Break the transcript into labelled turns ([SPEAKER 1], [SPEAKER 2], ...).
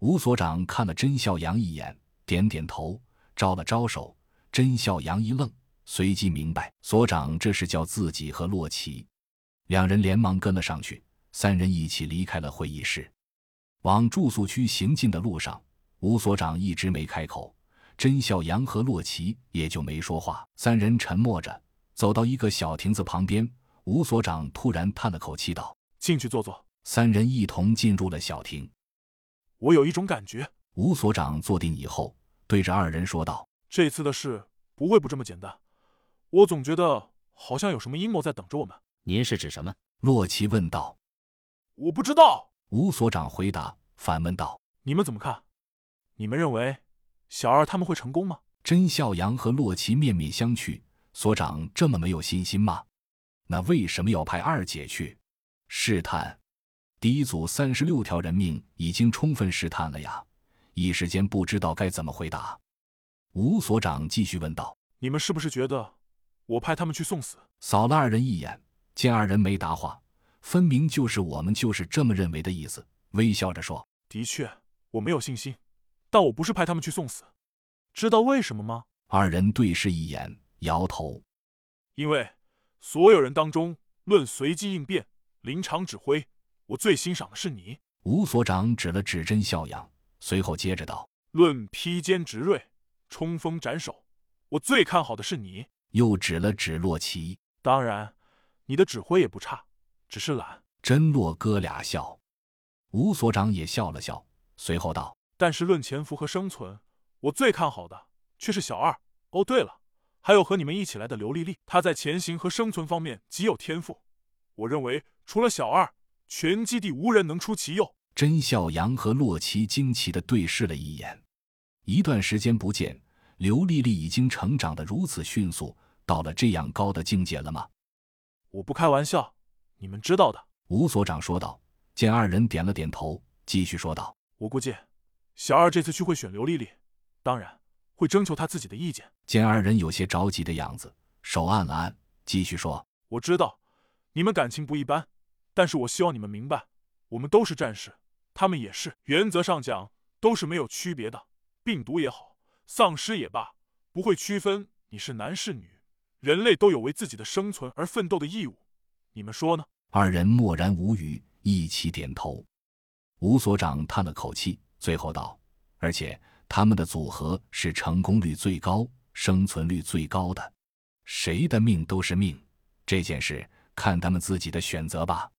[SPEAKER 1] 吴所长看了甄孝阳一眼，点点头，招了招手。甄孝阳一愣，随即明白，所长这是叫自己和洛奇。两人连忙跟了上去，三人一起离开了会议室。往住宿区行进的路上，吴所长一直没开口，甄孝阳和洛奇也就没说话。三人沉默着，走到一个小亭子旁边，吴所长突然叹了口气道：“
[SPEAKER 2] 进去坐坐。”
[SPEAKER 1] 三人一同进入了小亭。
[SPEAKER 2] 我有一种感觉，
[SPEAKER 1] 吴所长坐定以后，对着二人说道：“
[SPEAKER 2] 这次的事不会不这么简单，我总觉得好像有什么阴谋在等着我们。”
[SPEAKER 3] 您是指什么？
[SPEAKER 1] 洛奇问道。
[SPEAKER 2] 我不知道。
[SPEAKER 1] 吴所长回答，反问道：“
[SPEAKER 2] 你们怎么看？你们认为小二他们会成功吗？”
[SPEAKER 1] 甄孝阳和洛奇面面相觑。所长这么没有信心吗？那为什么要派二姐去试探？第一组三十六条人命已经充分试探了呀，一时间不知道该怎么回答。吴所长继续问道：“
[SPEAKER 2] 你们是不是觉得我派他们去送死？”
[SPEAKER 1] 扫了二人一眼，见二人没答话。分明就是我们就是这么认为的意思。微笑着说：“
[SPEAKER 2] 的确，我没有信心，但我不是派他们去送死。知道为什么吗？”
[SPEAKER 1] 二人对视一眼，摇头。
[SPEAKER 2] 因为所有人当中，论随机应变、临场指挥，我最欣赏的是你。
[SPEAKER 1] 吴所长指了指甄笑阳，随后接着道：“
[SPEAKER 2] 论披坚执锐、冲锋斩首，我最看好的是你。”
[SPEAKER 1] 又指了指洛奇。
[SPEAKER 2] 当然，你的指挥也不差。只是懒，
[SPEAKER 1] 真洛哥俩笑，吴所长也笑了笑，随后道：“
[SPEAKER 2] 但是论潜伏和生存，我最看好的却是小二。哦，对了，还有和你们一起来的刘丽丽，她在潜行和生存方面极有天赋。我认为除了小二，全基地无人能出其右。”
[SPEAKER 1] 甄笑阳和洛奇惊奇的对视了一眼，一段时间不见，刘丽丽已经成长的如此迅速，到了这样高的境界了吗？
[SPEAKER 2] 我不开玩笑。你们知道的，
[SPEAKER 1] 吴所长说道。见二人点了点头，继续说道：“
[SPEAKER 2] 我估计，小二这次去会选刘丽丽，当然会征求她自己的意见。”
[SPEAKER 1] 见二人有些着急的样子，手按了按，继续说：“
[SPEAKER 2] 我知道你们感情不一般，但是我希望你们明白，我们都是战士，他们也是。原则上讲，都是没有区别的。病毒也好，丧尸也罢，不会区分你是男是女。人类都有为自己的生存而奋斗的义务。你们说呢？”
[SPEAKER 1] 二人默然无语，一起点头。吴所长叹了口气，最后道：“而且他们的组合是成功率最高、生存率最高的，谁的命都是命。这件事看他们自己的选择吧。”